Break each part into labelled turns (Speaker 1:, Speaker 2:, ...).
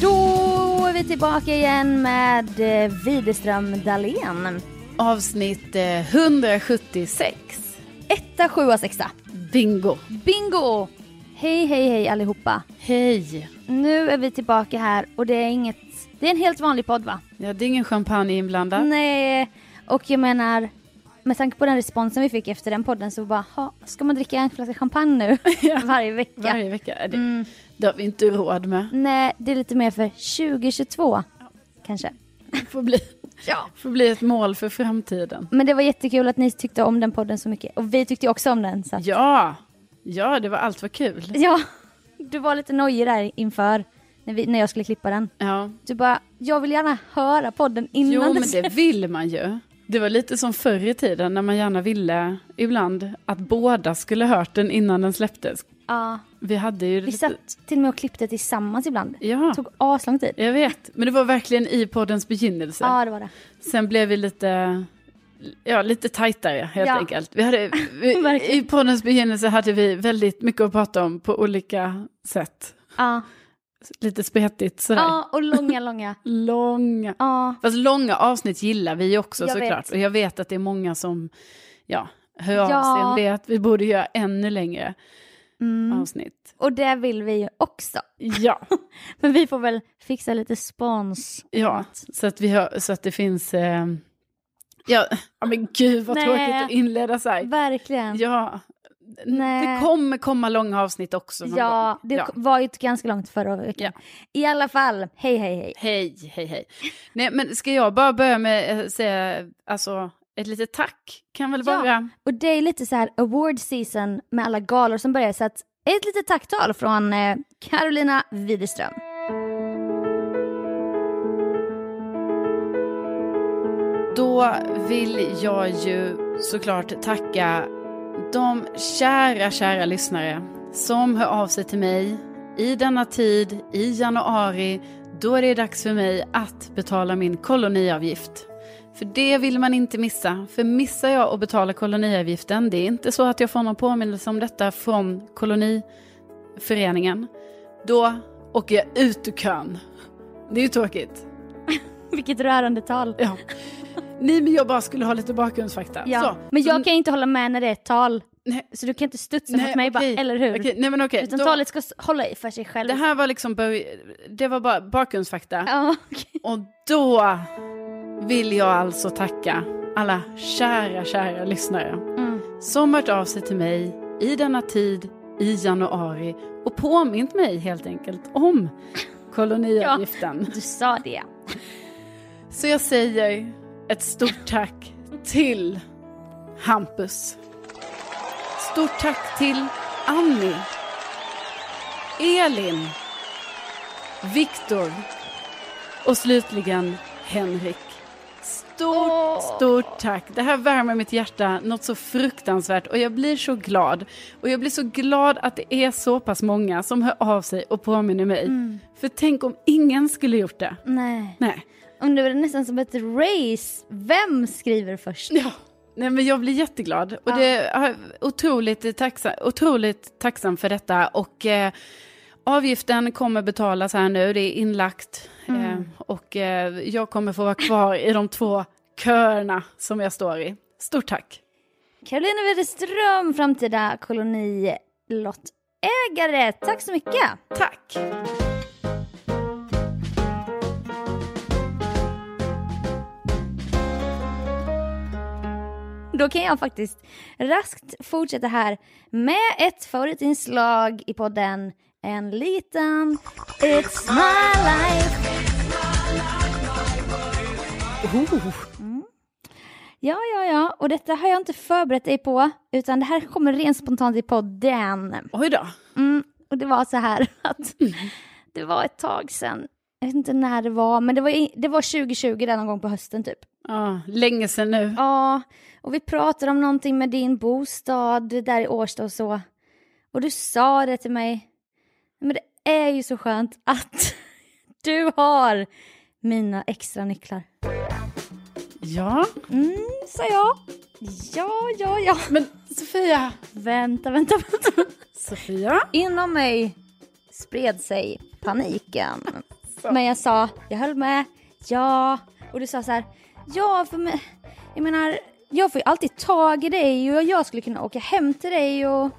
Speaker 1: Då är vi tillbaka igen med eh, Widerström Dahlén.
Speaker 2: Avsnitt eh, 176.
Speaker 1: Etta, sjua, sexa.
Speaker 2: Bingo.
Speaker 1: Bingo! Hej, hej, hej allihopa.
Speaker 2: Hej.
Speaker 1: Nu är vi tillbaka här och det är inget... Det är en helt vanlig podd va?
Speaker 2: Ja, det är ingen champagne inblandad.
Speaker 1: Nej, och jag menar... Med tanke på den responsen vi fick efter den podden så bara, "Ha, ska man dricka en flaska champagne nu?
Speaker 2: Ja.
Speaker 1: Varje vecka.
Speaker 2: Varje vecka. Det,
Speaker 1: Mm.
Speaker 2: det har vi inte råd med.
Speaker 1: Nej, det är lite mer för 2022. Kanske.
Speaker 2: Det får bli,
Speaker 1: Ja.
Speaker 2: får bli ett mål för framtiden.
Speaker 1: Men det var jättekul att ni tyckte om den podden så mycket. Och vi tyckte också om den. Så att...
Speaker 2: Ja. Ja, det var allt vad kul.
Speaker 1: Ja, du var lite nojig där inför när, vi, när jag skulle klippa den.
Speaker 2: Ja.
Speaker 1: Du bara, jag vill gärna höra podden innan
Speaker 2: Jo, men
Speaker 1: den
Speaker 2: det vill man ju. Det var lite som förr i tiden när man gärna ville ibland att båda skulle hört den innan den släpptes.
Speaker 1: Ja,
Speaker 2: Vi hade ju...
Speaker 1: vi satt till och med och klippte tillsammans ibland.
Speaker 2: Ja,
Speaker 1: Det tog aslång tid.
Speaker 2: jag vet. Men det var verkligen i poddens begynnelse.
Speaker 1: Ja, det var det.
Speaker 2: Sen blev vi lite, ja, lite tajtare helt
Speaker 1: Ja.
Speaker 2: enkelt. Vi hade, vi,
Speaker 1: Verkligen.
Speaker 2: I poddens begynnelse hade vi väldigt mycket att prata om på olika sätt.
Speaker 1: Ja,
Speaker 2: Lite spretigt sådär.
Speaker 1: ja och långa, långa.
Speaker 2: Långa.
Speaker 1: Ja,
Speaker 2: Fast långa avsnitt gillar vi ju också
Speaker 1: Jag
Speaker 2: såklart.
Speaker 1: vet.
Speaker 2: Och jag vet att det är många som ja, hör av
Speaker 1: Ja.
Speaker 2: sig om det. Att vi borde göra ännu längre
Speaker 1: mm.
Speaker 2: avsnitt.
Speaker 1: och det vill vi ju också.
Speaker 2: Ja,
Speaker 1: Men vi får väl fixa lite spons.
Speaker 2: ja. Så, att vi hör, så att det finns... Eh, ja, ja, men gud vad
Speaker 1: Nej.
Speaker 2: tråkigt att inleda så här.
Speaker 1: Verkligen.
Speaker 2: Ja.
Speaker 1: Nej.
Speaker 2: Det kommer komma långa avsnitt också. någon
Speaker 1: Ja,
Speaker 2: gång.
Speaker 1: det var ju ganska långt förra veckan. I alla fall, hej, hej, hej.
Speaker 2: Hej, hej, hej. Nej, men ska jag bara börja med att säga alltså, ett litet tack? Kan väl
Speaker 1: Ja.
Speaker 2: vara...
Speaker 1: Och det är lite så här award season med alla galor som börjar så att ett litet tacktal från eh, Carolina Widerström.
Speaker 2: Då vill jag ju såklart tacka de kära, kära lyssnare som hör av sig till mig i denna tid, i januari, då det är dags för mig att betala min koloniavgift. För det vill man inte missa, för missar jag att betala koloniavgiften, det är inte så att jag får någon påminnelse om detta från koloniföreningen, då åker jag ut ur kön. Det är ju tråkigt.
Speaker 1: Vilket rörande tal.
Speaker 2: Ja. Nej men jag bara skulle ha lite bakgrundsfakta.
Speaker 1: Ja.
Speaker 2: Så.
Speaker 1: Men jag
Speaker 2: Så-
Speaker 1: kan ju inte hålla med när det är ett tal.
Speaker 2: Nej,
Speaker 1: Så du kan inte studsa mot mig
Speaker 2: okej.
Speaker 1: bara, eller hur?
Speaker 2: Okej, nej men okej.
Speaker 1: Utan
Speaker 2: då-
Speaker 1: talet ska s- hålla i för sig själv.
Speaker 2: Det här var liksom börj- det var bara bakgrundsfakta.
Speaker 1: Ja, okej.
Speaker 2: Och då vill jag alltså tacka alla kära, kära lyssnare
Speaker 1: Mm.
Speaker 2: som hört av sig till mig i denna tid i januari och påmint mig helt enkelt om koloniavgiften.
Speaker 1: Du sa det.
Speaker 2: Så jag säger ett stort tack till Hampus. Stort tack till Annie. Elin. Viktor. Och slutligen Henrik. Stort, stort tack. Det här värmer mitt hjärta något så fruktansvärt och jag blir så glad. Och jag blir så glad att det är så pass många som hör av sig och påminner mig. För tänk om ingen skulle gjort det.
Speaker 1: Mm. Nej.
Speaker 2: Nej.
Speaker 1: Och nu är det nästan som ett race. Vem skriver först?
Speaker 2: Ja, nej men jag blir jätteglad och det är otroligt tacksam, otroligt tacksam för detta och eh, avgiften kommer betalas här nu, det är inlagt eh, och eh, jag kommer få vara kvar i de två köerna som jag står i. Stort tack!
Speaker 1: Karolina Widerström, framtida kolonilottägare. Tack så mycket.
Speaker 2: Tack!
Speaker 1: Då kan jag faktiskt raskt fortsätta här med ett favoritinslag i podden. En liten It's my life. Mm. Ja, ja, ja. Och detta har jag inte förberett dig på, utan det här kommer rent spontant i podden.
Speaker 2: Oj då!
Speaker 1: Mm, och det var så här att det var ett tag sedan, jag vet inte när det var, men det var, i- det var 2020 där någon gång på hösten typ.
Speaker 2: Ja, länge sedan nu.
Speaker 1: Ja, och vi pratade om någonting med din bostad där i Årsta och så. Och du sa det till mig. Men det är ju så skönt att du har mina extra nycklar.
Speaker 2: Ja,
Speaker 1: Mm, sa jag. Ja, ja, ja.
Speaker 2: men Sofia,
Speaker 1: Vänta, vänta, vänta.
Speaker 2: Sofia,
Speaker 1: Inom mig spred sig paniken. Men jag sa, jag höll med, ja. Och du sa så här, ja för mig, jag menar, jag får ju alltid tag i dig och jag skulle kunna åka hem till dig och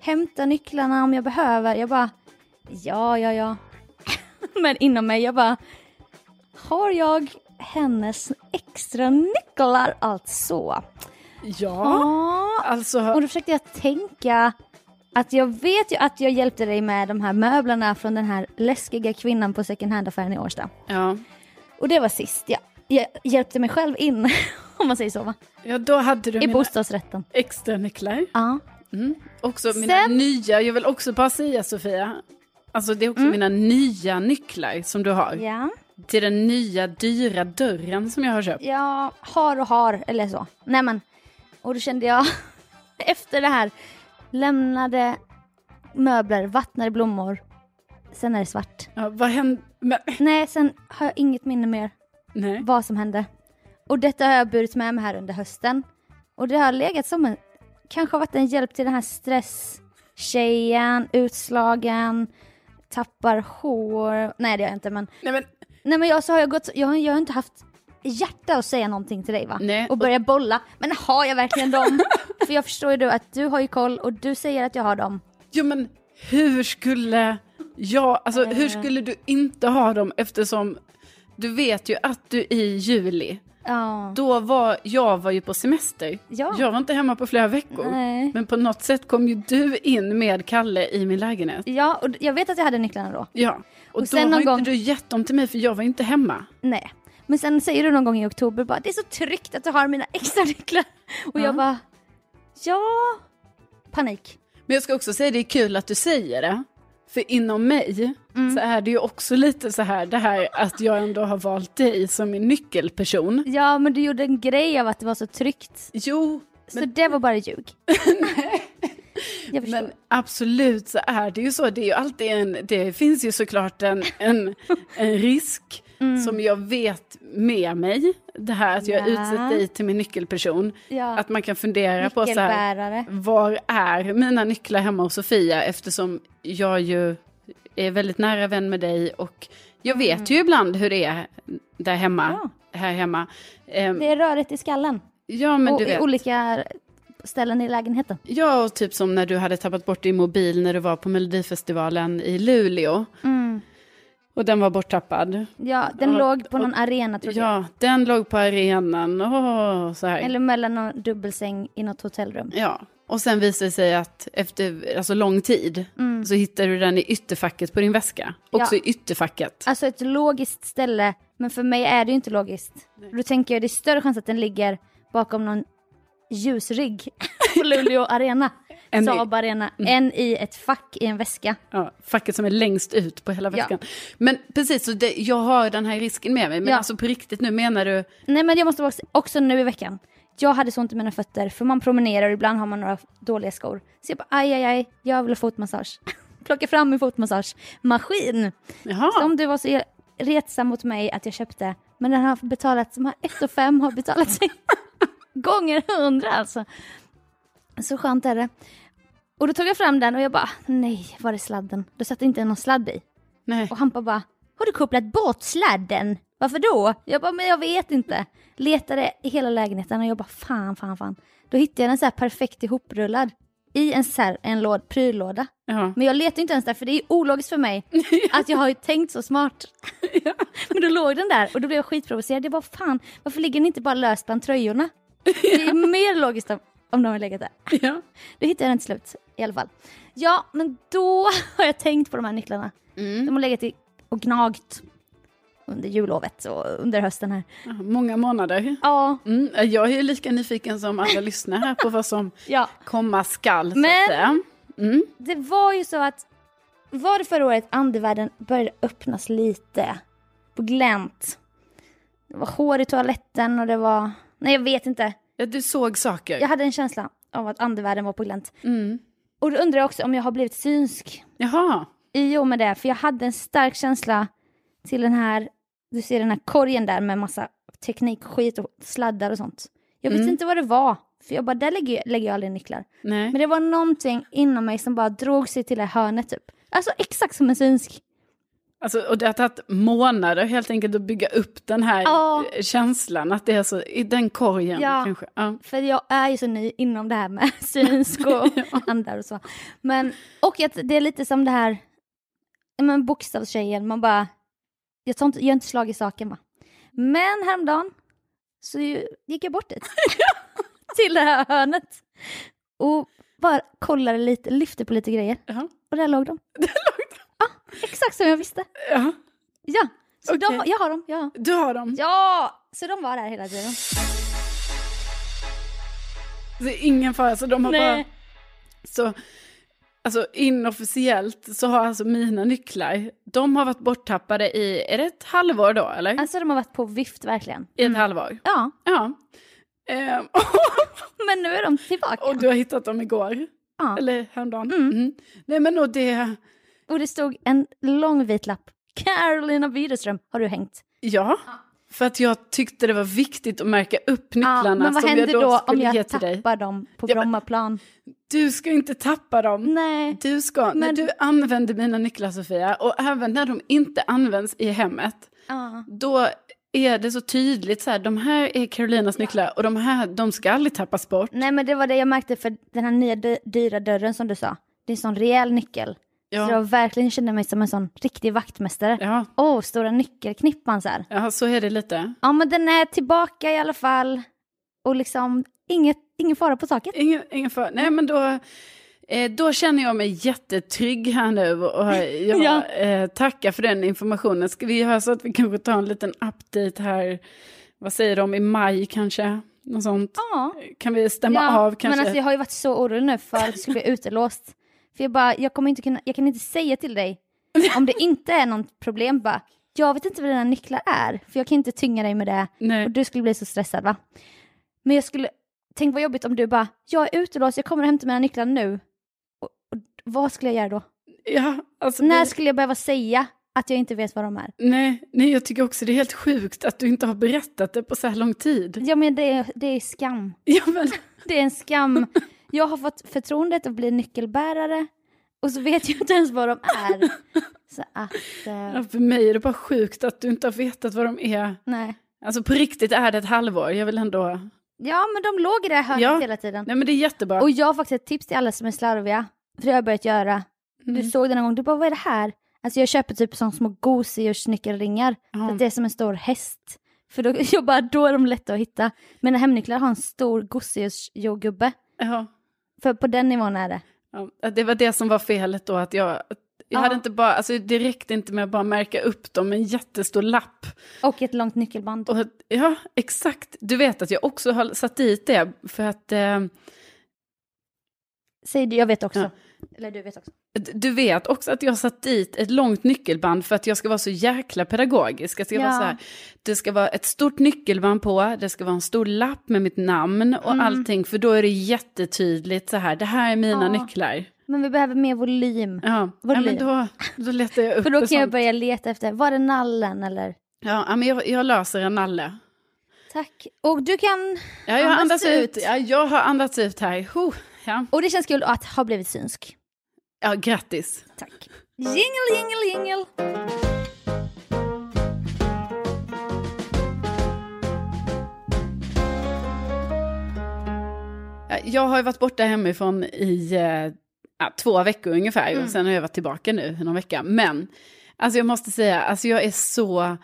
Speaker 1: hämta nycklarna om jag behöver. Jag bara, ja, ja, ja. Men inom mig, jag bara, har jag hennes extra nycklar alltså?
Speaker 2: ja,
Speaker 1: Ja.
Speaker 2: alltså
Speaker 1: Och då försökte jag tänka att jag vet ju att jag hjälpte dig med de här möblerna från den här läskiga kvinnan på second hand-affären i Årsta.
Speaker 2: ja.
Speaker 1: Och det var sist jag, jag hjälpte mig själv in, om man säger så va?
Speaker 2: ja, då hade du
Speaker 1: I
Speaker 2: mina
Speaker 1: bostadsrätten.
Speaker 2: extra nycklar.
Speaker 1: Ja.
Speaker 2: Också mina
Speaker 1: Sen-
Speaker 2: nya, jag vill också bara säga Sofia, alltså det är också mina nya nycklar som du har.
Speaker 1: Mm. ja.
Speaker 2: Till den nya dyra dörren som jag har köpt.
Speaker 1: Ja, har och har, eller så. Nej men, och då kände jag efter det här, lämnade möbler, vattnade blommor, sen är det svart.
Speaker 2: Ja, vad hände? Men,
Speaker 1: Nej, sen har jag inget minne mer.
Speaker 2: nej.
Speaker 1: vad som hände. Och detta har jag burit med mig här under hösten. Och det har legat som en, kanske har varit en hjälp till den här stresstjejen, utslagen, tappar hår. Nej det har jag inte men.
Speaker 2: Nej, men
Speaker 1: Nej men jag, så har jag, gått, jag, har- jag har inte haft hjärta att säga någonting till dig va?
Speaker 2: Nej,
Speaker 1: och börja bolla. Men har jag verkligen dem? För jag förstår ju du att du har ju koll och du säger att jag har dem.
Speaker 2: Jo men hur skulle jag, alltså
Speaker 1: Eh.
Speaker 2: hur skulle du inte ha dem eftersom du vet ju att du i juli,
Speaker 1: Ja.
Speaker 2: då var, jag var ju på semester.
Speaker 1: Ja.
Speaker 2: Jag var inte hemma på flera veckor.
Speaker 1: Nej.
Speaker 2: Men på något sätt kom ju du in med Kalle i min lägenhet.
Speaker 1: Ja, och jag vet att jag hade nycklarna då.
Speaker 2: Ja, och,
Speaker 1: Och
Speaker 2: då
Speaker 1: sen någon
Speaker 2: har inte
Speaker 1: gång-
Speaker 2: du gett dem till mig för jag var inte hemma.
Speaker 1: Nej. Men sen säger du någon gång i oktober bara det är så tryggt att du har mina extra nycklar. Och jag bara ja. Panik.
Speaker 2: Men jag ska också säga det är kul att du säger det. För inom mig
Speaker 1: Mm.
Speaker 2: så är det ju också lite så här det här att jag ändå har valt dig som min nyckelperson.
Speaker 1: Ja men du gjorde en grej av att det var så tryggt.
Speaker 2: Jo,
Speaker 1: Så det var bara ljug. jag förstår.
Speaker 2: men absolut så är det ju så. Det, är ju alltid en, det finns ju såklart en, en, en risk som jag vet med mig. Det här att jag
Speaker 1: Mm. Ja.
Speaker 2: utsett dig till min nyckelperson.
Speaker 1: Ja.
Speaker 2: Att man kan fundera på så här.
Speaker 1: Nyckelbärare.
Speaker 2: Var är mina nycklar hemma hos Sofia? Eftersom jag ju är väldigt nära vän med dig och jag vet
Speaker 1: Mm.
Speaker 2: ju ibland hur det är där hemma. Här hemma. Ehm,
Speaker 1: Det är röret i skallen.
Speaker 2: ja men
Speaker 1: och
Speaker 2: du
Speaker 1: i
Speaker 2: vet.
Speaker 1: olika ställen i lägenheten.
Speaker 2: Ja, och typ som när du hade tappat bort din mobil när du var på Melodifestivalen i Luleå.
Speaker 1: Mm.
Speaker 2: Och den var borttappad.
Speaker 1: Ja, den
Speaker 2: Ja,
Speaker 1: låg på
Speaker 2: och-
Speaker 1: någon arena tror jag.
Speaker 2: Ja, den låg på arenan. Åh, så här.
Speaker 1: Eller mellan någon dubbelsäng i något hotellrum.
Speaker 2: Ja, och sen visar det sig att efter alltså, lång tid så hittar du den i ytterfacket på din väska. Också
Speaker 1: Mm. Ja.
Speaker 2: i ytterfacket.
Speaker 1: Alltså ett logiskt ställe, men för mig är det ju inte logiskt. Då tänker jag det är större chans att den ligger bakom någon ljusrigg på Luleå arena,
Speaker 2: Än i-
Speaker 1: Saab arena, än i ett fack i en väska.
Speaker 2: Ja, facket som är längst ut på hela
Speaker 1: Ja.
Speaker 2: väskan. Men precis, så det, jag har den här risken med mig. Men
Speaker 1: Ja.
Speaker 2: alltså på riktigt nu menar du...
Speaker 1: Nej men jag måste också, också nu i veckan. Jag hade så ont i mina fötter för man promenerar och ibland har man några dåliga skor. Så jag bara aj aj aj, jag vill ha fotmassage. Plocka fram min fotmassagemaskin.
Speaker 2: Jaha,
Speaker 1: Som du var så retsam mot mig att jag köpte. Men den har betalat, de här 1 fem har betalat sig gånger hundra alltså. Så skönt är det. Och då tog jag fram den och jag bara nej, var är sladden? Då satt inte någon sladd i.
Speaker 2: nej.
Speaker 1: Och Hampa bara, har du kopplat bort sladden? Varför då? Jag bara, men jag vet inte. Letade i hela lägenheten och jag bara, fan, fan, fan. Då hittade jag den så här perfekt ihoprullad. I en, så här, en låd, pryllåda.
Speaker 2: Ja.
Speaker 1: Men jag letade inte ens där för det är ologiskt för mig att jag har ju tänkt så smart. Men då låg den där och då blev jag skitprovocerad. Jag bara, fan, varför ligger den inte bara löst bland tröjorna? Det är mer logiskt om, om de har legat där.
Speaker 2: Ja.
Speaker 1: Då hittade jag den till slut i alla fall. Ja, men då har jag tänkt på de här nycklarna. De har legat i och gnagt under jullovet och under hösten här.
Speaker 2: Många månader.
Speaker 1: Ja,
Speaker 2: Mm, jag är lika nyfiken som alla lyssnare här på vad som
Speaker 1: ja.
Speaker 2: komma skall. Så
Speaker 1: Men-
Speaker 2: att säga.
Speaker 1: Det var ju så att var det förra året andevärlden började öppnas lite på glänt. Det var hår i toaletten och det var... Nej, jag vet inte.
Speaker 2: Ja, du såg saker.
Speaker 1: Jag hade en känsla av att andevärlden var på glänt.
Speaker 2: Mm.
Speaker 1: Och då undrar jag också om jag har blivit synsk.
Speaker 2: Jaha.
Speaker 1: i och med det, för jag hade en stark känsla till den här, du ser den här korgen där med massa teknikskit och sladdar och sånt. Jag visste inte vad det var, för jag bara, där lägger jag, lägger jag aldrig nycklar.
Speaker 2: Nej.
Speaker 1: Men det var någonting inom mig som bara drog sig till det hörnet typ. Alltså exakt som en synsk.
Speaker 2: Alltså, och det har tagit månader helt enkelt att bygga upp den här
Speaker 1: Ja.
Speaker 2: eh, känslan, att det är så, i den korgen
Speaker 1: Ja.
Speaker 2: kanske. Ja.
Speaker 1: För jag är ju så ny inom det här med synsk och andar och så. Men, och att det är lite som det här, ja, men bokstavstjejen, man bara, jag, tar inte, jag är inte slag i saken va. Men häromdagen så ju, gick jag bort dit, till det här hörnet. Och bara kollade lite, lyfte på lite grejer.
Speaker 2: Jaha.
Speaker 1: Och där låg de. Ja, exakt som jag visste.
Speaker 2: Ja.
Speaker 1: Ja, så de,
Speaker 2: Okej.
Speaker 1: jag har dem. Ja.
Speaker 2: Du har dem.
Speaker 1: ja, så de var där hela tiden.
Speaker 2: Det är ingen fara, så de har bara... Så, alltså inofficiellt så har alltså mina nycklar, de har varit borttappade i, är det ett halvår då eller?
Speaker 1: Alltså de har varit på vift verkligen.
Speaker 2: I ett halvår?
Speaker 1: Ja,
Speaker 2: Ja. Ehm,
Speaker 1: men nu är de tillbaka.
Speaker 2: och du har hittat dem igår?
Speaker 1: Ja.
Speaker 2: Eller häromdagen? Mm. Nej men och det,
Speaker 1: Och det stod en lång vit lapp. Carolina Widerström har du hängt.
Speaker 2: ja. För att jag tyckte det var viktigt att märka upp nycklarna
Speaker 1: men vad
Speaker 2: som
Speaker 1: händer
Speaker 2: alltså, jag då,
Speaker 1: då om
Speaker 2: skulle ge
Speaker 1: jag
Speaker 2: till dig.
Speaker 1: tappar dem på
Speaker 2: Ja, men- Mm.
Speaker 1: Brommaplan?
Speaker 2: Du ska inte tappa dem.
Speaker 1: Nej.
Speaker 2: Du ska, när
Speaker 1: Men-
Speaker 2: du använder mina nycklar Sofia, och även när de inte används i hemmet,
Speaker 1: Ja.
Speaker 2: då är det så tydligt så här, de här är Carolinas nycklar och de här, de ska aldrig tappas bort.
Speaker 1: Nej men det var det jag märkte för den här nya dy- dyra dörren som du sa. Det är en sån rejäl nyckel. Så jag
Speaker 2: Ja,
Speaker 1: verkligen kände mig som en sån riktig vaktmästare. Åh,
Speaker 2: ja,
Speaker 1: stora nyckelknippan så här.
Speaker 2: ja, så är det lite.
Speaker 1: Ja men den är tillbaka i alla fall. Och liksom inget, ingen fara på taket.
Speaker 2: Ingen, ingen fara. Nej,
Speaker 1: Mm.
Speaker 2: men då, eh, då känner jag mig jättetrygg här nu och jag
Speaker 1: Ja.
Speaker 2: eh, tackar för den informationen. Ska vi göra så att vi kanske tar en liten update här, vad säger de, i maj kanske? Något sånt.
Speaker 1: Ja.
Speaker 2: Kan vi stämma av kanske?
Speaker 1: Men alltså, jag har ju varit så orolig nu för att du skulle bli utelåst. För jag bara, jag kommer inte kunna, jag kan inte säga till dig om det inte är något problem bara, jag vet inte vad dina nycklar är, för jag kan inte tynga dig med det.
Speaker 2: Nej.
Speaker 1: Och du skulle bli så stressad va? Men jag skulle, tänk vad jobbigt om du bara, jag är utelåst, jag kommer och hämtar mina nycklar nu. Och, och, vad skulle jag göra då?
Speaker 2: Ja, alltså,
Speaker 1: När
Speaker 2: det-
Speaker 1: skulle jag behöva säga att jag inte vet vad de är?
Speaker 2: nej, nej, jag tycker också det är helt sjukt att du inte har berättat det på så här lång tid.
Speaker 1: Ja men det, är- det är skam.
Speaker 2: Ja, men,
Speaker 1: Det är en skam. Jag har fått förtroendet att bli nyckelbärare och så vet jag inte ens vad de är. Så att, eh,
Speaker 2: ja, för mig är det bara sjukt att du inte har vetat vad de är.
Speaker 1: nej.
Speaker 2: Alltså på riktigt är det ett halvår, jag vill ändå
Speaker 1: Ja men de låg i det hörnet
Speaker 2: Ja.
Speaker 1: hela tiden.
Speaker 2: Nej men det är jättebra.
Speaker 1: Och jag har faktiskt ett tips till alla som är slarviga. För det har jag börjat göra. Du
Speaker 2: Mm.
Speaker 1: såg den en gång, du bara vad är det här? Alltså jag köper typ sån små gosedjurs nyckelringar.
Speaker 2: Ja.
Speaker 1: Så att det är som en stor häst. För då, jag bara, då är de lätta att hitta. Mina hemnycklar har en stor gosedjursgubbe.
Speaker 2: Ja.
Speaker 1: För på den nivån är det.
Speaker 2: Ja, det var det som var felet då, att jag, att jag
Speaker 1: Ja.
Speaker 2: hade inte bara, alltså det räckte inte med att bara märka upp dem med en jättestor lapp.
Speaker 1: Och ett långt nyckelband.
Speaker 2: Och, att- ja, exakt. Du vet att jag också har satt dit det, för att eh,
Speaker 1: Säg du, jag vet också.
Speaker 2: Ja.
Speaker 1: Eller du vet också.
Speaker 2: d- du vet också att jag har satt dit ett långt nyckelband för att jag ska vara så jäkla pedagogisk. Jag ska vara
Speaker 1: Ja.
Speaker 2: så här, det ska vara ett stort nyckelband på, det ska vara en stor lapp med mitt namn och
Speaker 1: Mm.
Speaker 2: allting, för då är det jättetydligt så här, det här är mina
Speaker 1: Ja.
Speaker 2: nycklar.
Speaker 1: Men vi behöver mer volym.
Speaker 2: Ja,
Speaker 1: Vad
Speaker 2: ja men
Speaker 1: blir det?
Speaker 2: då, då letar jag upp
Speaker 1: För då
Speaker 2: och
Speaker 1: kan jag
Speaker 2: sånt.
Speaker 1: börja leta efter, var är nallen eller?
Speaker 2: Ja, ja, men jag, jag löser en nalle.
Speaker 1: Tack. Och du kan,
Speaker 2: Ja, jag har
Speaker 1: Andas
Speaker 2: andats ut.
Speaker 1: ut.
Speaker 2: Ja, jag har andats ut här. Ho, ja.
Speaker 1: och det känns kul att ha blivit synsk.
Speaker 2: ja, grattis.
Speaker 1: Tack. Jingle, jingle, jingle.
Speaker 2: Ja, Jag har ju varit borta hemifrån i eh, ja, två veckor ungefär och sen har jag varit tillbaka nu i någon vecka. Men alltså jag måste säga, alltså jag är så...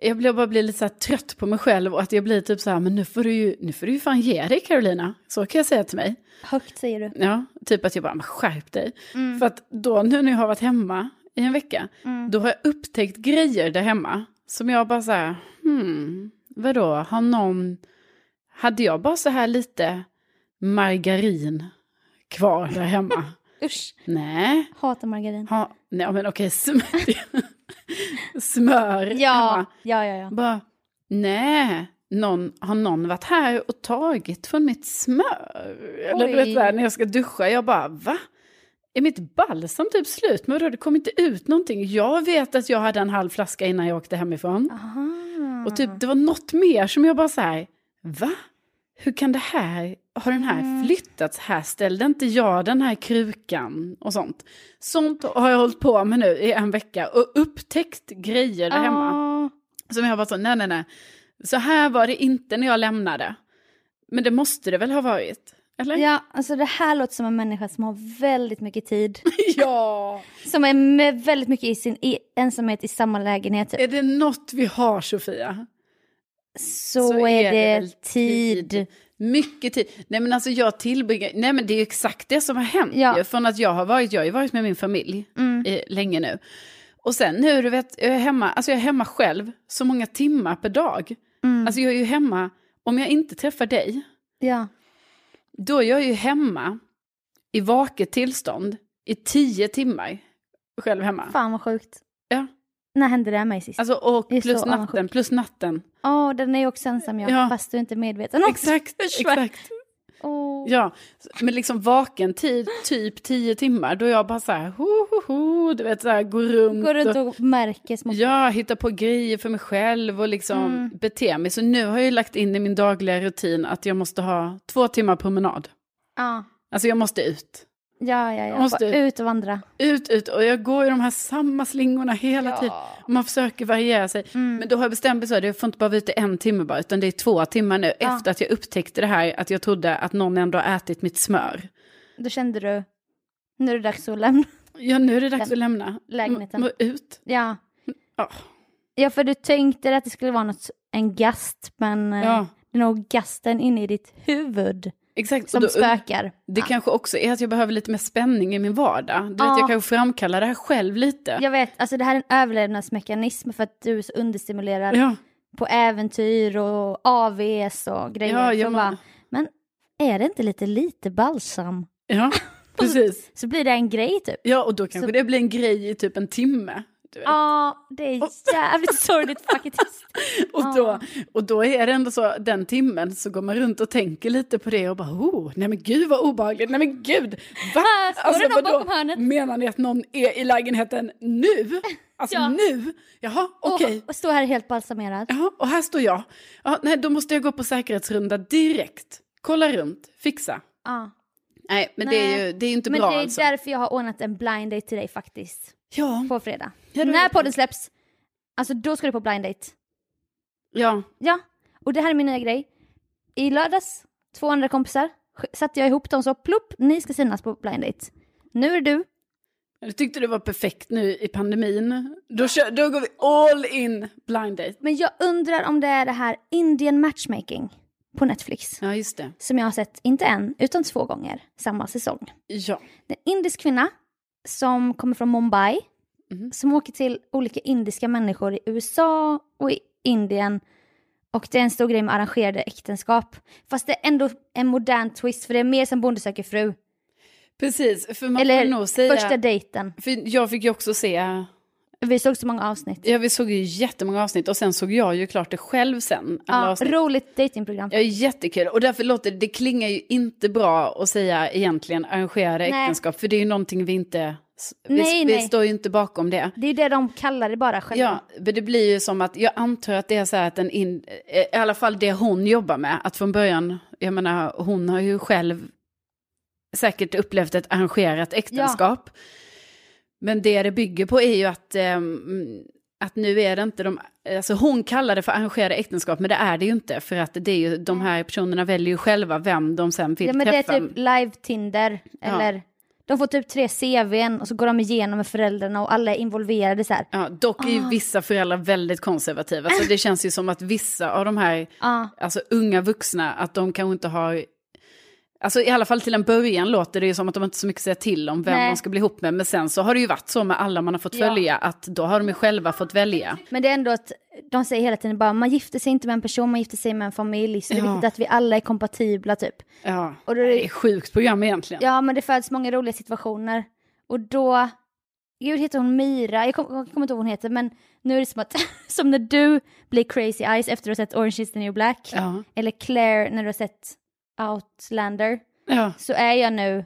Speaker 2: Jag blir- jag bara blir lite så här trött på mig själv och att jag blir typ så här, men nu får du ju, nu får du ju fan ge dig Carolina. Så kan jag säga till mig.
Speaker 1: Högt säger du.
Speaker 2: Ja, typ att jag bara, men skärp dig. För att då nu när jag har varit hemma i en vecka, då har jag upptäckt grejer där hemma som jag bara så här, hmm, vadå, har någon, hade jag bara så här lite margarin kvar där hemma?
Speaker 1: Usch,
Speaker 2: Nej,
Speaker 1: hatar margarin.
Speaker 2: ha, nej men okej, smör, smör
Speaker 1: Ja,
Speaker 2: hemma.
Speaker 1: ja, ja. ja.
Speaker 2: Bara, nej, någon, har någon varit här och tagit från mitt smör? Eller du
Speaker 1: Oj.
Speaker 2: vet, så här, när jag ska duscha, jag bara, va? Är mitt balsam typ slut? Men vadå, det kom inte ut någonting. Jag vet att jag hade en halv flaska innan jag åkte hemifrån.
Speaker 1: Aha.
Speaker 2: Och typ, det var något mer som jag bara så här, va? Hur kan det här, har den här
Speaker 1: Mm.
Speaker 2: flyttats här? Ställde inte jag den här krukan och sånt? Sånt har jag hållit på med nu i en vecka och upptäckt grejer där hemma.
Speaker 1: Ja.
Speaker 2: Som jag bara så, nej nej nej. Så här var det inte när jag lämnade. Men det måste det väl ha varit? Eller?
Speaker 1: Ja, alltså det här låter som en människa som har väldigt mycket tid.
Speaker 2: ja.
Speaker 1: Som är med väldigt mycket i sin i ensamhet i samma lägenhet. Typ.
Speaker 2: Är det något vi har Sofia?
Speaker 1: Så, är det,
Speaker 2: väl
Speaker 1: tid.
Speaker 2: Mycket tid. Nej men alltså jag tillbringar, nej men det är ju exakt det som har hänt
Speaker 1: Ja. Mm.
Speaker 2: ju. Från att jag har varit, jag har ju varit med min familj eh, länge nu. Och sen nu, du vet, jag är hemma, alltså jag är hemma själv så många timmar per dag.
Speaker 1: Mm.
Speaker 2: Alltså jag är ju hemma, om jag inte träffar dig,
Speaker 1: Ja.
Speaker 2: Då är jag ju hemma i vaket tillstånd i tio timmar. Själv hemma.
Speaker 1: Fan vad sjukt.
Speaker 2: Ja.
Speaker 1: När hände det här mig sist? Åh,
Speaker 2: Alltså, och
Speaker 1: Det är så
Speaker 2: plus natten,
Speaker 1: avundsjuk.
Speaker 2: plus natten.
Speaker 1: den är ju också ensam jag,
Speaker 2: Ja.
Speaker 1: fast du är inte medveten om
Speaker 2: Exakt, exakt.
Speaker 1: Åh.
Speaker 2: Ja, men liksom vaken tid, typ tio timmar, då är jag bara så här, ho, ho, ho, du vet så här, går runt.
Speaker 1: Går runt
Speaker 2: och-
Speaker 1: och Mm. märker små...
Speaker 2: Ja, hitta på grejer för mig själv och liksom bete mig. Så nu har jag ju lagt in i min dagliga rutin att jag måste ha två timmar promenad.
Speaker 1: Ja,
Speaker 2: Alltså jag måste ut.
Speaker 1: ja, ja. ja.
Speaker 2: Måste-
Speaker 1: Bara ut och vandra.
Speaker 2: ut, ut och jag går i de här samma slingorna hela tiden. Och man försöker variera sig.
Speaker 1: Mm.
Speaker 2: Men då har jag bestämt mig så, att jag får inte bara vara ute en timme bara, utan det är två timmar nu. Efter att jag upptäckte det här, att jag trodde att någon ändå har ätit mitt smör.
Speaker 1: Då kände du, nu är det dags att lämna.
Speaker 2: Ja, nu är det dags att lämna.
Speaker 1: lägenheten.
Speaker 2: M- m- ut.
Speaker 1: Ja.
Speaker 2: Ja.
Speaker 1: ja, för du tänkte att det skulle vara något, en gast, men eh,
Speaker 2: Ja.
Speaker 1: det är nog gasten inne i ditt huvud
Speaker 2: Exakt. Och
Speaker 1: som
Speaker 2: då-
Speaker 1: spökar.
Speaker 2: Det kanske också är att jag behöver lite mer spänning i min vardag. Du vet,
Speaker 1: Ja.
Speaker 2: jag kanske framkallar det här själv lite.
Speaker 1: Jag vet, alltså det här är en överlevnadsmekanism för att du är så understimulerad
Speaker 2: Ja.
Speaker 1: på äventyr och AVs och grejer.
Speaker 2: Ja, jag
Speaker 1: så
Speaker 2: menar.
Speaker 1: bara, men är det inte lite lite balsam?
Speaker 2: ja, precis.
Speaker 1: Så blir det en grej typ.
Speaker 2: Ja, och då kanske
Speaker 1: Så-
Speaker 2: det blir en grej i typ en timme. Du vet.
Speaker 1: Ja, det är jävligt sorgligt faktiskt.
Speaker 2: Och då, och då är det ändå så, den timmen så går man runt och tänker lite på det och bara oh, nej men gud vad obehagligt, nej men gud, va? Alltså,
Speaker 1: Här står det någon bakom hörnet.
Speaker 2: menar ni att någon är i lägenheten nu? Alltså
Speaker 1: Ja.
Speaker 2: nu? Jaha, okej.
Speaker 1: Och, och stå här helt balsamerad.
Speaker 2: Ja, och här står jag. Ja, nej, då måste jag gå på säkerhetsrunda direkt. Kolla runt, fixa.
Speaker 1: Ja.
Speaker 2: Nej, men det är
Speaker 1: Nej.
Speaker 2: ju det är ju inte
Speaker 1: Men
Speaker 2: bra
Speaker 1: det är
Speaker 2: alltså.
Speaker 1: därför jag har ordnat en blind date till dig faktiskt.
Speaker 2: Ja,
Speaker 1: På fredag.
Speaker 2: Ja, då-
Speaker 1: När podden släpps, alltså då ska du på blind date.
Speaker 2: ja,
Speaker 1: Ja, och det här är min nya grej. i lördags, två andra kompisar, sk- satte jag ihop dem så plupp, ni ska synas på blind date. Nu är det du.
Speaker 2: Du tyckte det var perfekt nu i pandemin. Då, kör, då går vi all in blind date.
Speaker 1: Men jag undrar om det är det här Indian matchmaking på Netflix.
Speaker 2: Ja, just det.
Speaker 1: Som jag har sett, inte en, utan två gånger samma säsong.
Speaker 2: Ja.
Speaker 1: Det är en indisk kvinna som kommer från Mumbai.
Speaker 2: Mhm.
Speaker 1: Som åker till olika indiska människor i USA och i Indien. Och det är en stor grej med arrangerade äktenskap. Fast det är ändå en modern twist för det är mer som Bonde söker fru.
Speaker 2: Precis, för man
Speaker 1: Eller
Speaker 2: får nog säga...
Speaker 1: första dejten.
Speaker 2: För jag fick ju också se...
Speaker 1: Vi såg så många avsnitt.
Speaker 2: Ja, vi såg ju jättemånga avsnitt och sen såg jag ju klart det själv sen. Alla
Speaker 1: Ja,
Speaker 2: avsnitt.
Speaker 1: roligt dejtingprogram.
Speaker 2: Ja, jättekul. Och därför låter det, det klingar ju inte bra att säga egentligen arrangerade
Speaker 1: Nej.
Speaker 2: äktenskap, för det är ju någonting vi inte... Vi,
Speaker 1: Nej,
Speaker 2: vi
Speaker 1: nej.
Speaker 2: står ju inte bakom det.
Speaker 1: Det är ju det de kallar det bara själva.
Speaker 2: Ja, men det blir ju som att, jag antar att det är så här att en in, eh, i alla fall det hon jobbar med, att från början, jag menar hon har ju själv säkert upplevt ett arrangerat äktenskap. Men det det bygger på är ju att, ehm, att nu är det inte de, alltså hon kallar det för arrangerade äktenskap, men det är det ju inte, för att det är ju, de här personerna väljer ju själva vem de sen vill
Speaker 1: Mm. Ja, men det är
Speaker 2: träffa.
Speaker 1: typ live Tinder. Eller de får typ tre CVn och så går de igenom med föräldrarna och alla är involverade så här.
Speaker 2: Ja, dock är
Speaker 1: Ah.
Speaker 2: ju vissa föräldrar väldigt konservativa, så det känns ju som att vissa av de här
Speaker 1: Ja.
Speaker 2: alltså, unga vuxna, att de kanske inte har... Alltså i alla fall till en början låter det ju som att de inte så mycket säger till om vem
Speaker 1: Nej.
Speaker 2: de ska bli ihop med, men sen så har det ju varit så med alla man har fått
Speaker 1: Ja.
Speaker 2: följa, att då har de ju själva fått välja.
Speaker 1: Men det är ändå att de säger hela tiden bara man gifter sig inte med en person, man gifter sig med en familj. Så det är
Speaker 2: Ja.
Speaker 1: viktigt att vi alla är kompatibla typ.
Speaker 2: Ja,
Speaker 1: Och då är
Speaker 2: det är
Speaker 1: det,
Speaker 2: ett sjukt program egentligen.
Speaker 1: ja men det föds många roliga situationer. Och då, gud heter hon Mira, jag, kom, jag kommer inte ihåg vad hon heter men nu är det som att, som när du blir crazy eyes efter att ha sett Orange is the new black.
Speaker 2: Ja,
Speaker 1: Eller Claire när du har sett Outlander.
Speaker 2: ja.
Speaker 1: så är jag nu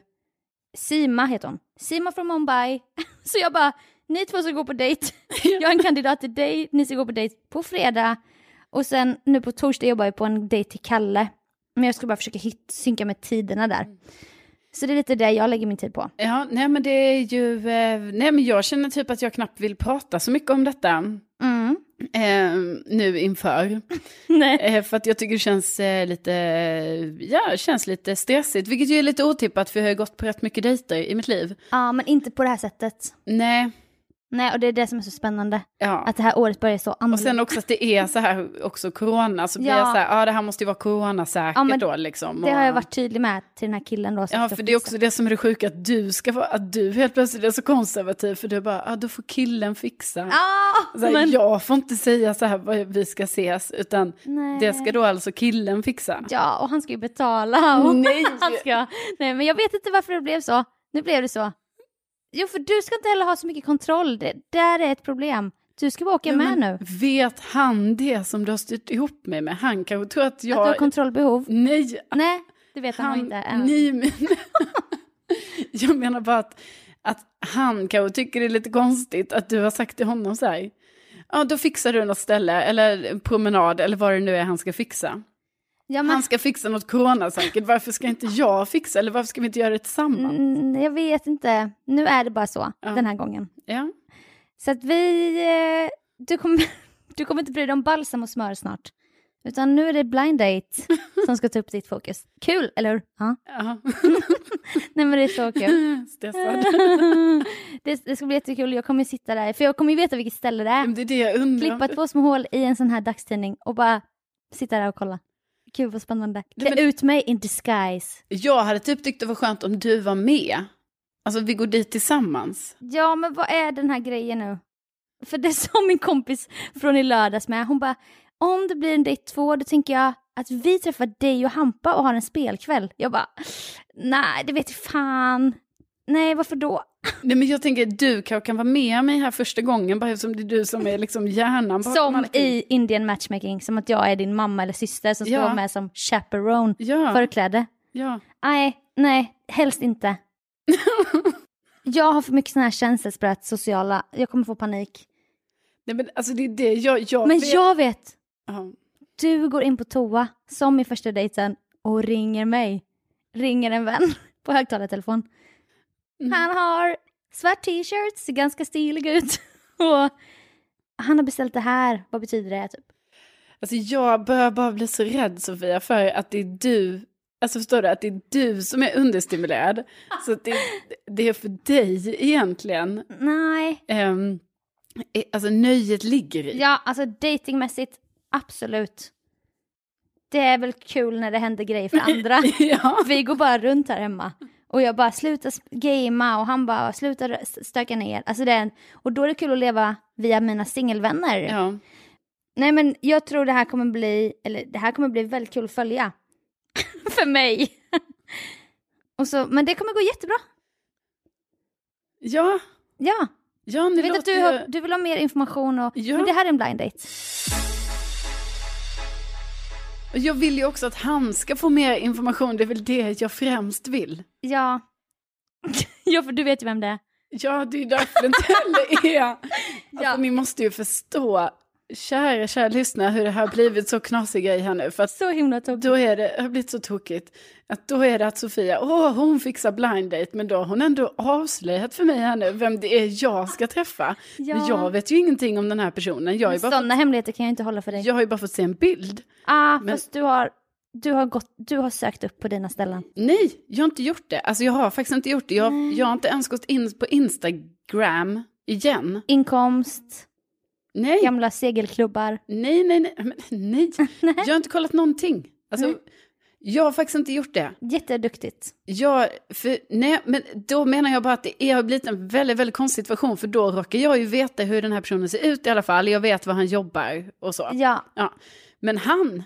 Speaker 1: Sima heter hon. Sima från Mumbai. Så jag bara, ni två ska gå på dejt. Jag är en kandidat till dig, ni ska gå på dejt på fredag. Och sen nu på torsdag jobbar jag på en dejt till Kalle. Men jag ska bara försöka hit, synka med tiderna där.
Speaker 2: Mm.
Speaker 1: Så det är lite det jag lägger min tid på.
Speaker 2: ja nej men det är ju... eh, Nej men jag känner typ att jag knappt vill prata så mycket om detta
Speaker 1: Mm.
Speaker 2: eh, nu inför.
Speaker 1: Nej.
Speaker 2: Eh, För att jag tycker det känns eh, lite, ja, känns lite stressigt, vilket ju är lite otippat för jag har ju gått på rätt mycket dejter i mitt liv.
Speaker 1: Ja, men inte på det här sättet.
Speaker 2: Nej,
Speaker 1: Nej, och det är det som är så spännande.
Speaker 2: ja.
Speaker 1: Att det här året börjar så
Speaker 2: och
Speaker 1: annorlunda.
Speaker 2: sen också att det är så här också corona, så blir
Speaker 1: Ja.
Speaker 2: jag så här, ja ah, det här måste ju vara coronasäkert
Speaker 1: Ja, men
Speaker 2: då liksom.
Speaker 1: Det
Speaker 2: och,
Speaker 1: har jag varit tydlig med till den här killen då. som
Speaker 2: Ja,
Speaker 1: ska
Speaker 2: för det är
Speaker 1: fixa.
Speaker 2: också det som är det sjuka, att du ska vara, att du helt plötsligt är så konservativ, för du bara, ah, då får killen fixa.
Speaker 1: Ah,
Speaker 2: Så här,
Speaker 1: men...
Speaker 2: Jag får inte säga så här, vad vi ska ses, utan
Speaker 1: Nej.
Speaker 2: det ska då alltså killen fixa.
Speaker 1: Ja, och han ska ju betala. Och
Speaker 2: Nej.
Speaker 1: Han ska... Nej, men jag vet inte varför det blev så. Nu blev det så. Jo, för du ska inte heller ha så mycket kontroll. Det där är ett problem. Du ska bara åka
Speaker 2: Ja,
Speaker 1: med
Speaker 2: men
Speaker 1: nu.
Speaker 2: Vet han det som du har styrt ihop mig med? Han kanske tror att
Speaker 1: Att du har
Speaker 2: jag...
Speaker 1: kontrollbehov.
Speaker 2: Nej,
Speaker 1: Nej, det vet han,
Speaker 2: han...
Speaker 1: nog inte än.
Speaker 2: nej, men... jag menar bara att, att han kanske tycker det är lite konstigt att du har sagt till honom så här. Ja, då fixar du något ställe eller en promenad eller vad det nu är han ska fixa.
Speaker 1: Ja, men...
Speaker 2: Han ska fixa något coronasäkert. Varför ska inte jag fixa? Eller varför ska vi inte göra det tillsammans?
Speaker 1: Mm, jag vet inte. Nu är det bara så,
Speaker 2: Ja.
Speaker 1: den här gången.
Speaker 2: Ja.
Speaker 1: Så att vi... eh, Du kommer, du kommer inte bry dig om balsam och smör snart. Utan nu är det blind date som ska ta upp ditt fokus. Kul, eller hur? Ja.
Speaker 2: ja.
Speaker 1: Nej, men det är så kul.
Speaker 2: Stressad.
Speaker 1: det, det ska bli jättekul. Jag kommer sitta där, för jag kommer ju veta vilket ställe det
Speaker 2: Men
Speaker 1: är.
Speaker 2: Det är det jag undrar.
Speaker 1: Klippa två små hål i en sån här dagstidning och bara sitta där och kolla. Gud vad spännande. Klä
Speaker 2: men-
Speaker 1: ut mig in disguise.
Speaker 2: Jag hade typ tyckt det var skönt om du var med. Alltså vi går dit tillsammans.
Speaker 1: Ja, men vad är den här grejen nu? För det sa min kompis från i lördags med. Hon bara, om det blir en dejt två, då tänker jag att vi träffar dig och Hampa och har en spelkväll. Jag bara, nej, det vet jag fan. Nej, varför då?
Speaker 2: Nej men jag tänker du kan, kan vara med mig här första gången bara eftersom det är du som är liksom hjärnan bakom
Speaker 1: Som
Speaker 2: allting.
Speaker 1: i Indian matchmaking, som att jag är din mamma eller syster som ska
Speaker 2: Ja.
Speaker 1: vara med som chaperone.
Speaker 2: Ja,
Speaker 1: Förkläde?
Speaker 2: ja.
Speaker 1: Nej, nej, helst inte. jag har för mycket såna här känselspröt, sociala, jag kommer få panik.
Speaker 2: Nej men alltså det är det jag, jag
Speaker 1: Men
Speaker 2: vet.
Speaker 1: jag vet,
Speaker 2: Ja.
Speaker 1: du går in på toa, som i första dejten, och ringer mig. Ringer en vän på högtalartelefon.
Speaker 2: Mm.
Speaker 1: Han har svart t-shirt, ser ganska stilig ut. Och han har beställt det här, vad betyder det? Typ.
Speaker 2: Alltså jag börjar bara bli så rädd Sofia för att det är du, alltså förstår du, att det är du som är understimulerad. Så att det, det är för dig egentligen,
Speaker 1: Nej.
Speaker 2: ehm, eh, alltså nöjet ligger i.
Speaker 1: Ja, alltså datingmässigt, absolut. Det är väl kul när det händer grejer för andra.
Speaker 2: Ja.
Speaker 1: Vi går bara runt här hemma. Och jag bara sluta sp- gamea och han bara sluta rö- stöka ner. Alltså det är en, och då är det kul att leva via mina singelvänner.
Speaker 2: ja.
Speaker 1: Nej men jag tror det här kommer bli, eller det här kommer bli väldigt kul att följa. För mig. och så, men det kommer gå jättebra.
Speaker 2: Ja,
Speaker 1: Ja,
Speaker 2: ja men det
Speaker 1: jag vet att
Speaker 2: låter
Speaker 1: du,
Speaker 2: ju-
Speaker 1: har, du vill ha mer information och
Speaker 2: Ja.
Speaker 1: men det här är en blind date.
Speaker 2: Och Jag vill ju också att han ska få mer information, det är väl det jag främst vill.
Speaker 1: Ja. ja, för du vet ju vem det är.
Speaker 2: Ja, det är ju därför det inte heller är.
Speaker 1: Ja.
Speaker 2: Alltså, ni måste ju förstå, kära, kära lyssnare, hur det här har blivit så knasig grej här nu. För att
Speaker 1: Så himla tokigt.
Speaker 2: då är det, det har blivit så tokigt, att då är det att Sofia, åh, hon fixar blind date, men då har hon ändå avslöjat för mig här nu vem det är jag ska träffa.
Speaker 1: Ja.
Speaker 2: Men jag vet ju ingenting om den här personen, jag har ju bara,
Speaker 1: Sådana hemligheter kan jag inte hålla för dig.
Speaker 2: fått, jag har ju bara fått se en bild.
Speaker 1: Ah,
Speaker 2: Men-
Speaker 1: fast du har, du, har gått, du har sökt upp på dina ställen.
Speaker 2: Nej, jag har inte gjort det. Alltså jag har faktiskt inte gjort det. Jag, jag har inte ens gått in på Instagram igen.
Speaker 1: Inkomst,
Speaker 2: Nej,
Speaker 1: gamla segelklubbar.
Speaker 2: nej, nej, nej. Men, nej. Jag har inte kollat någonting. Alltså, Jag har faktiskt inte gjort det.
Speaker 1: Jätteduktigt.
Speaker 2: Jag, för, nej, men då menar jag bara att det är, har blivit en väldigt, väldigt konstig situation. För då råkar jag ju veta hur den här personen ser ut i alla fall. Jag vet var han jobbar och så.
Speaker 1: Ja,
Speaker 2: Ja. Men han,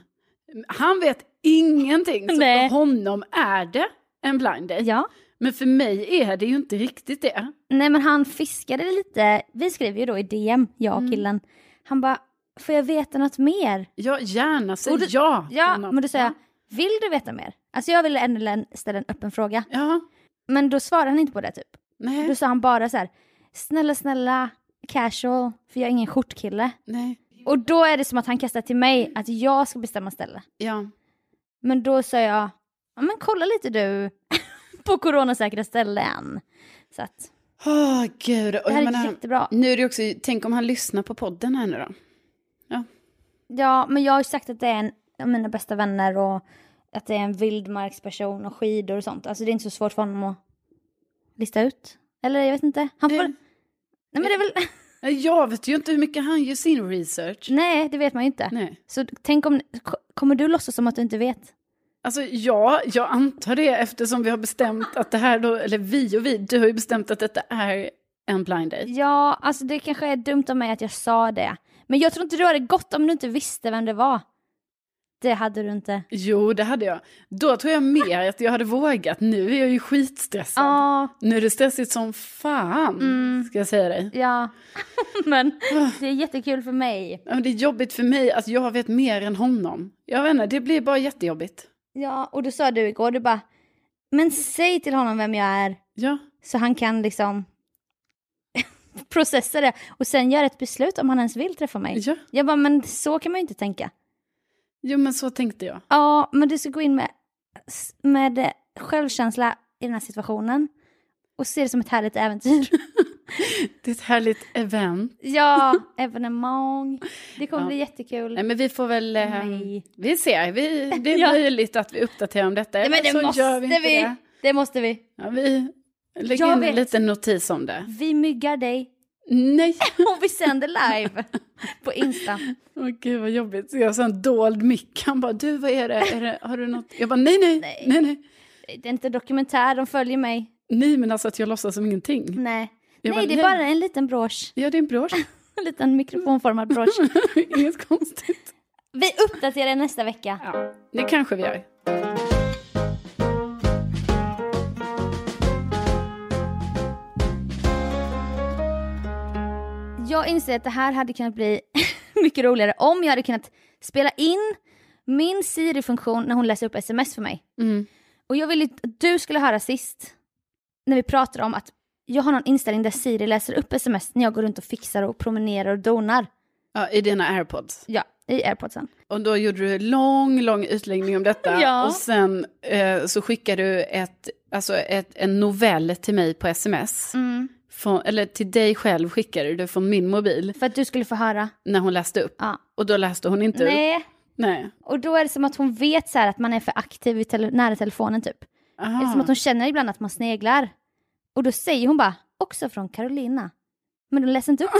Speaker 2: han vet ingenting. Så
Speaker 1: Nej.
Speaker 2: för honom är det en blind date.
Speaker 1: ja.
Speaker 2: Men för mig är det ju inte riktigt det.
Speaker 1: Nej men han fiskade lite, vi skrev ju då i DM, jag och killen. Han bara, får jag veta något mer?
Speaker 2: Ja, gärna säg
Speaker 1: Och du-
Speaker 2: ja. till
Speaker 1: Ja,
Speaker 2: något.
Speaker 1: men då sa jag, vill du veta mer? Alltså jag ville ändå ställa en öppen fråga.
Speaker 2: Ja,
Speaker 1: Men då svarade han inte på det typ.
Speaker 2: nej,
Speaker 1: Då sa han bara så här, snälla snälla casual, för jag är ingen skjortkille.
Speaker 2: nej,
Speaker 1: Och då är det som att han kastar till mig att jag ska bestämma ställe.
Speaker 2: ja.
Speaker 1: Men då sa jag, ja men kolla lite du på coronasäkra ställen. Så att,
Speaker 2: Åh, gud. Och
Speaker 1: det här
Speaker 2: jag
Speaker 1: är
Speaker 2: menar,
Speaker 1: jättebra.
Speaker 2: nu är det också, tänk om han lyssnar på podden här nu då.
Speaker 1: Ja, men jag har ju sagt att det är en av mina bästa vänner och att det är en vildmarksperson och skidor och sånt. Alltså det är inte så svårt för honom att lista ut. Eller jag vet inte. Han får...
Speaker 2: Nej.
Speaker 1: Nej men det är väl...
Speaker 2: Nej, Jag vet ju inte hur mycket han gör sin research.
Speaker 1: Nej, det vet man ju inte.
Speaker 2: Nej.
Speaker 1: Så tänk om... ko- Kommer du låtsas som att du inte vet?
Speaker 2: Alltså ja, jag antar det eftersom vi har bestämt att det här då, eller vi och vi, du har ju bestämt att detta är en blind date.
Speaker 1: Ja, alltså det kanske är dumt av mig att jag sa det. Men jag tror inte du hade gått om du inte visste vem det var. Det hade du inte.
Speaker 2: Jo, det hade jag. Då tror jag mer att jag hade vågat. Nu är jag ju skitstressad.
Speaker 1: Ja,
Speaker 2: Nu är det stressigt som fan,
Speaker 1: Mm.
Speaker 2: ska jag säga dig.
Speaker 1: ja. men det är jättekul för mig.
Speaker 2: Ja, men Det är jobbigt för mig att jag vet mer än honom. Jag vet inte, det blir bara jättejobbigt.
Speaker 1: Ja, och då sa du igår, du bara, men säg till honom vem jag är
Speaker 2: Ja,
Speaker 1: så han kan liksom processa det och sen göra ett beslut om han ens vill träffa mig.
Speaker 2: ja.
Speaker 1: Jag bara, men så kan man ju inte tänka.
Speaker 2: Jo, men så tänkte jag.
Speaker 1: Ja, men du ska gå in med, med självkänsla i den här situationen och se det som ett härligt äventyr.
Speaker 2: Det är ett härligt event.
Speaker 1: ja, evenemang. Det kommer
Speaker 2: Ja.
Speaker 1: bli jättekul.
Speaker 2: Nej, men vi får väl... eh,
Speaker 1: Nej.
Speaker 2: Vi ser. Vi, det är
Speaker 1: Ja.
Speaker 2: möjligt att vi uppdaterar om detta.
Speaker 1: Nej, men det
Speaker 2: Eller så
Speaker 1: måste
Speaker 2: gör vi. Inte
Speaker 1: vi.
Speaker 2: Det.
Speaker 1: det måste vi.
Speaker 2: Ja, vi lägger
Speaker 1: Jag
Speaker 2: in
Speaker 1: vet.
Speaker 2: en liten notis om det.
Speaker 1: Vi myggar dig
Speaker 2: Nej.
Speaker 1: och vi sänder live på Insta.
Speaker 2: Åh gud vad jobbigt. Så jag sa en dold mick. Han bara, du vad är det? Är det har du något? Jag bara, nej, nej,
Speaker 1: Nej.
Speaker 2: nej, nej, nej.
Speaker 1: Det är inte dokumentär, de följer mig.
Speaker 2: men alltså att jag låtsas som ingenting.
Speaker 1: Nej.
Speaker 2: Jag
Speaker 1: Nej,
Speaker 2: bara,
Speaker 1: det är
Speaker 2: nej.
Speaker 1: bara en liten brosch.
Speaker 2: Ja, det är en brosch.
Speaker 1: En liten mikrofonformad brosch.
Speaker 2: Inget konstigt.
Speaker 1: Vi uppdaterar nästa vecka.
Speaker 2: Ja, det kanske vi gör.
Speaker 1: Jag inser att det här hade kunnat bli mycket roligare om jag hade kunnat spela in min Siri-funktion när hon läser upp sms för mig.
Speaker 2: Mm.
Speaker 1: Och jag ville att du skulle höra sist, när vi pratade om att jag har någon inställning där Siri läser upp sms när jag går runt och fixar och promenerar och donar.
Speaker 2: Ja, I dina airpods.
Speaker 1: Ja, i airpodsen.
Speaker 2: Och då gjorde du lång, lång utläggning om detta.
Speaker 1: Ja.
Speaker 2: Och sen eh, så skickade du ett, alltså ett, en novell till mig på sms.
Speaker 1: Mm.
Speaker 2: Från, eller till dig själv skickade du det från min mobil
Speaker 1: För att du skulle få höra.
Speaker 2: när hon läste upp.
Speaker 1: Ja.
Speaker 2: Och då läste hon inte upp.
Speaker 1: Nej.
Speaker 2: Nej.
Speaker 1: Och då är det som att hon vet så här att man är för aktiv i tele- nära telefonen typ. Det är som
Speaker 2: Aha.
Speaker 1: att hon känner ibland att man sneglar. Och då säger hon bara, också från Carolina. Men hon läser inte upp.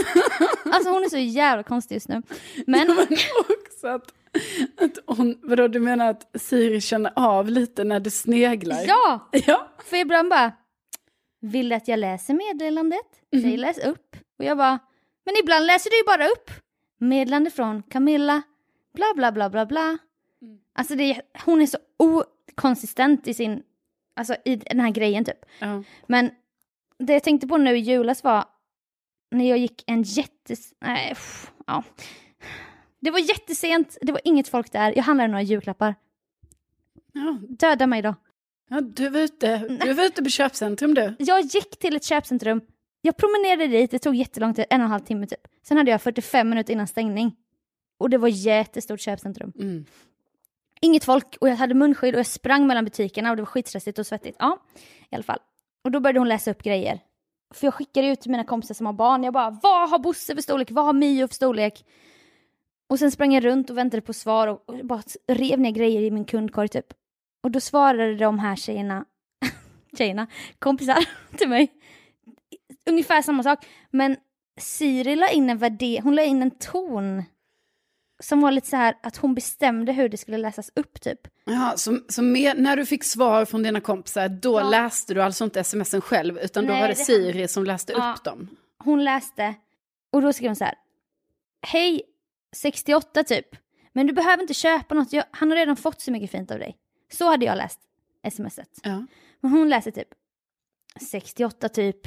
Speaker 1: alltså hon är så jävla konstig just nu. Men
Speaker 2: Men också att, att hon, vadå du menar att Siri känner av lite när du sneglar?
Speaker 1: ja,
Speaker 2: Ja.
Speaker 1: för ibland bara, vill du att jag läser meddelandet? Säg läs upp. Och jag bara, men ibland läser du ju bara upp. Meddelande från Camilla, bla bla bla bla bla. Alltså det är, hon är så okonsistent i sin, alltså i den här grejen typ.
Speaker 2: Ja.
Speaker 1: Men det jag tänkte på nu i julas var när jag gick en jättes... Nej, pff, ja. Det var jättesent, det var inget folk där, jag handlade några julklappar.
Speaker 2: Ja.
Speaker 1: Döda mig då.
Speaker 2: Ja, du var ute, du var ute på köpcentrum du.
Speaker 1: Jag gick till ett köpcentrum, jag promenerade dit, det tog jättelång tid, en och en halv timme typ. Sen hade jag 45 minuter innan stängning. Och det var jättestort köpcentrum.
Speaker 2: Mm.
Speaker 1: Inget folk och jag hade munskydd och jag sprang mellan butikerna och det var skitstressigt och svettigt. Ja, i alla fall. Och då började hon läsa upp grejer. För jag skickade ut till mina kompisar som har barn. Jag bara, vad har Bosse för storlek? Vad har Mio för storlek? Och sen sprang jag runt och väntade på svar och och bara rev ner grejer i min kundkorg typ. Och då svarade de här tjejerna, tjejerna, kompisar till mig. Ungefär samma sak. Men Siri la in en värde, hon la in en ton som var lite så här att hon bestämde hur det skulle läsas upp typ.
Speaker 2: Ja, så, så med, när du fick svar från dina kompisar, då
Speaker 1: Ja.
Speaker 2: läste du alltså inte smsen själv, utan då
Speaker 1: Nej,
Speaker 2: var det
Speaker 1: det-
Speaker 2: Siri som läste
Speaker 1: Ja.
Speaker 2: upp dem.
Speaker 1: Hon läste och då skrev hon så här. Hej 68 typ. Men du behöver inte köpa något. Jag, han har redan fått så mycket fint av dig. Så hade jag läst smset.
Speaker 2: Ja.
Speaker 1: Men hon läser typ 68 typ.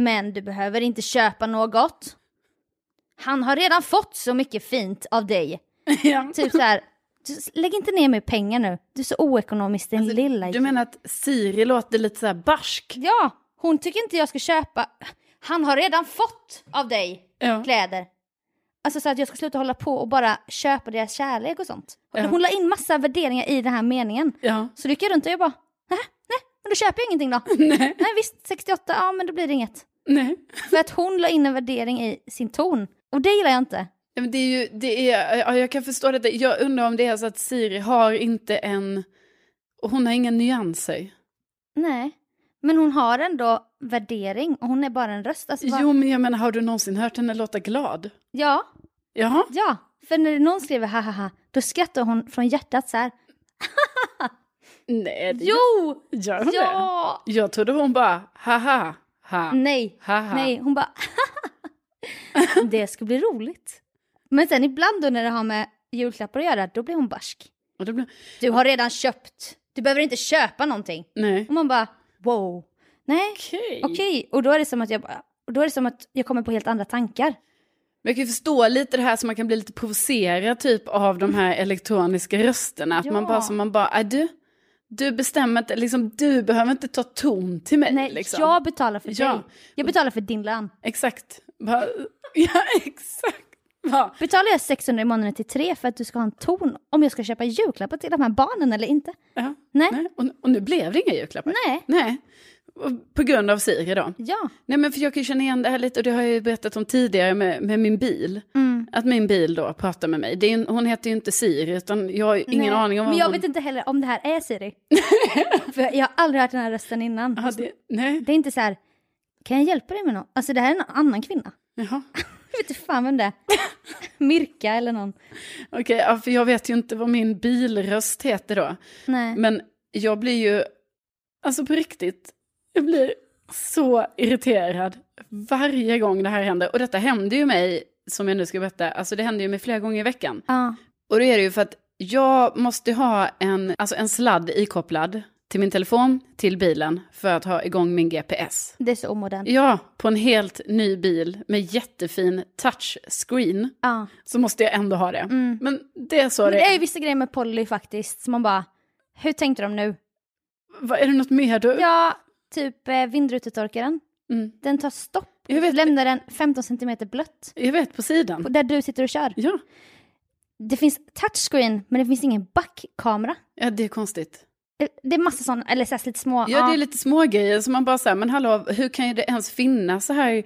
Speaker 1: Men du behöver inte köpa något. Han har redan fått så mycket fint av dig.
Speaker 2: Ja.
Speaker 1: Typ så här. "Du, Lägg inte ner mer pengar nu. Du är så oekonomisk din lilla
Speaker 2: Alltså, Du menar att Siri låter lite så här barsk?
Speaker 1: Ja, hon tycker inte jag ska köpa. Han har redan fått av dig
Speaker 2: Ja.
Speaker 1: kläder. Alltså så att jag ska sluta hålla på och bara köpa deras kärlek och sånt.
Speaker 2: Ja.
Speaker 1: Hon la in massa värderingar i den här meningen.
Speaker 2: Ja.
Speaker 1: Så gick jag runt och jag bara, nej, nej, men då köper jag ingenting då.
Speaker 2: Nej,
Speaker 1: Nej visst, 68, ja men då blir det inget.
Speaker 2: nej.
Speaker 1: För att hon la in en värdering i sin ton. Och det gillar jag inte.
Speaker 2: Ja, men det är ju, det är, ja, jag kan förstå det. Jag undrar om det är så att Siri har inte en, och hon har inga nyanser.
Speaker 1: Nej. Men hon har ändå värdering och hon är bara en röst. Alltså, vad-
Speaker 2: Jo, men jag menar, har du någonsin hört henne låta glad?
Speaker 1: Ja,
Speaker 2: Ja.
Speaker 1: ja. För när någon skriver ha ha ha, då skrattar hon från hjärtat så här.
Speaker 2: Nej, det
Speaker 1: Jo!
Speaker 2: gör hon
Speaker 1: Ja!
Speaker 2: det? Jag trodde hon bara, haha, ha.
Speaker 1: Nej,
Speaker 2: Haha.
Speaker 1: nej, hon bara Det ska bli roligt. Men sen ibland då när det har med julklappar att göra, då blir hon barsk.
Speaker 2: Och då blev,
Speaker 1: Du har redan köpt, du behöver inte köpa någonting.
Speaker 2: nej.
Speaker 1: Och man bara wow, nej,
Speaker 2: Okej.
Speaker 1: okej. Och då är det som att jag bara, och då är det som att jag kommer på helt andra tankar.
Speaker 2: Men jag kan ju förstå lite det här som man kan bli lite provocerad typ av de här elektroniska rösterna. Att man
Speaker 1: Ja.
Speaker 2: bara, som man bara, är du, du bestämmer inte, liksom du behöver inte ta ton till mig.
Speaker 1: Nej,
Speaker 2: liksom.
Speaker 1: jag betalar för
Speaker 2: Ja.
Speaker 1: dig. Jag betalar för din lön.
Speaker 2: Exakt. Bara, ja, exakt. Bara,
Speaker 1: Betalar jag 600 i månaden till tre för att du ska ha en ton om jag ska köpa julklappar till de här barnen eller inte?
Speaker 2: ja,
Speaker 1: Nej.
Speaker 2: nej. Och, och nu blev det inga julklappar.
Speaker 1: Nej.
Speaker 2: Nej. Och På grund av Siri då.
Speaker 1: Ja.
Speaker 2: Nej men för jag kan ju känna igen det här lite och det har jag ju berättat om tidigare med, med min bil.
Speaker 1: Mm.
Speaker 2: Att min bil då pratar med mig. Det är, en- hon heter ju inte Siri utan jag har ju ingen
Speaker 1: Nej,
Speaker 2: aning om vad
Speaker 1: Men jag
Speaker 2: hon...
Speaker 1: vet inte heller om det här är Siri. För jag har aldrig hört den här rösten innan.
Speaker 2: Ja, det, nej,
Speaker 1: Det är inte så här, kan jag hjälpa dig med något? Alltså det här är en annan kvinna.
Speaker 2: jaha.
Speaker 1: Jag vet inte fan vem det är. Mirka eller någon.
Speaker 2: Okej, ja, för jag vet ju inte vad min bilröst heter då.
Speaker 1: Nej.
Speaker 2: Men jag blir ju, alltså på riktigt, jag blir så irriterad varje gång det här händer. Och detta hände ju mig, som jag nu ska berätta, alltså det hände ju mig flera gånger i veckan.
Speaker 1: Ja.
Speaker 2: Och då är det ju för att jag måste ha en, alltså en sladd ikopplad till min telefon, till bilen, för att ha igång min GPS.
Speaker 1: Det är så omodernt.
Speaker 2: Ja, på en helt ny bil med jättefin touchscreen
Speaker 1: Ja. Mm.
Speaker 2: så måste jag ändå ha det. Men det är så
Speaker 1: Men
Speaker 2: det
Speaker 1: det är ju vissa grejer med Polly faktiskt som man bara, hur tänkte de nu?
Speaker 2: Vad, är det något mer du...
Speaker 1: Ja, typ eh, vindrutetorkaren.
Speaker 2: Mm.
Speaker 1: Den tar stopp.
Speaker 2: Jag vet-
Speaker 1: Du lämnar den 15 centimeter blött.
Speaker 2: Jag vet, på sidan.
Speaker 1: På- Där du sitter och kör.
Speaker 2: Ja,
Speaker 1: Det finns touchscreen, men det finns ingen backkamera.
Speaker 2: ja det är konstigt.
Speaker 1: Eh, Det är massa sådana, eller så här, lite små.
Speaker 2: Ja, det är lite små grejer som man bara säger, men hallå, hur kan ju det ens finnas så här?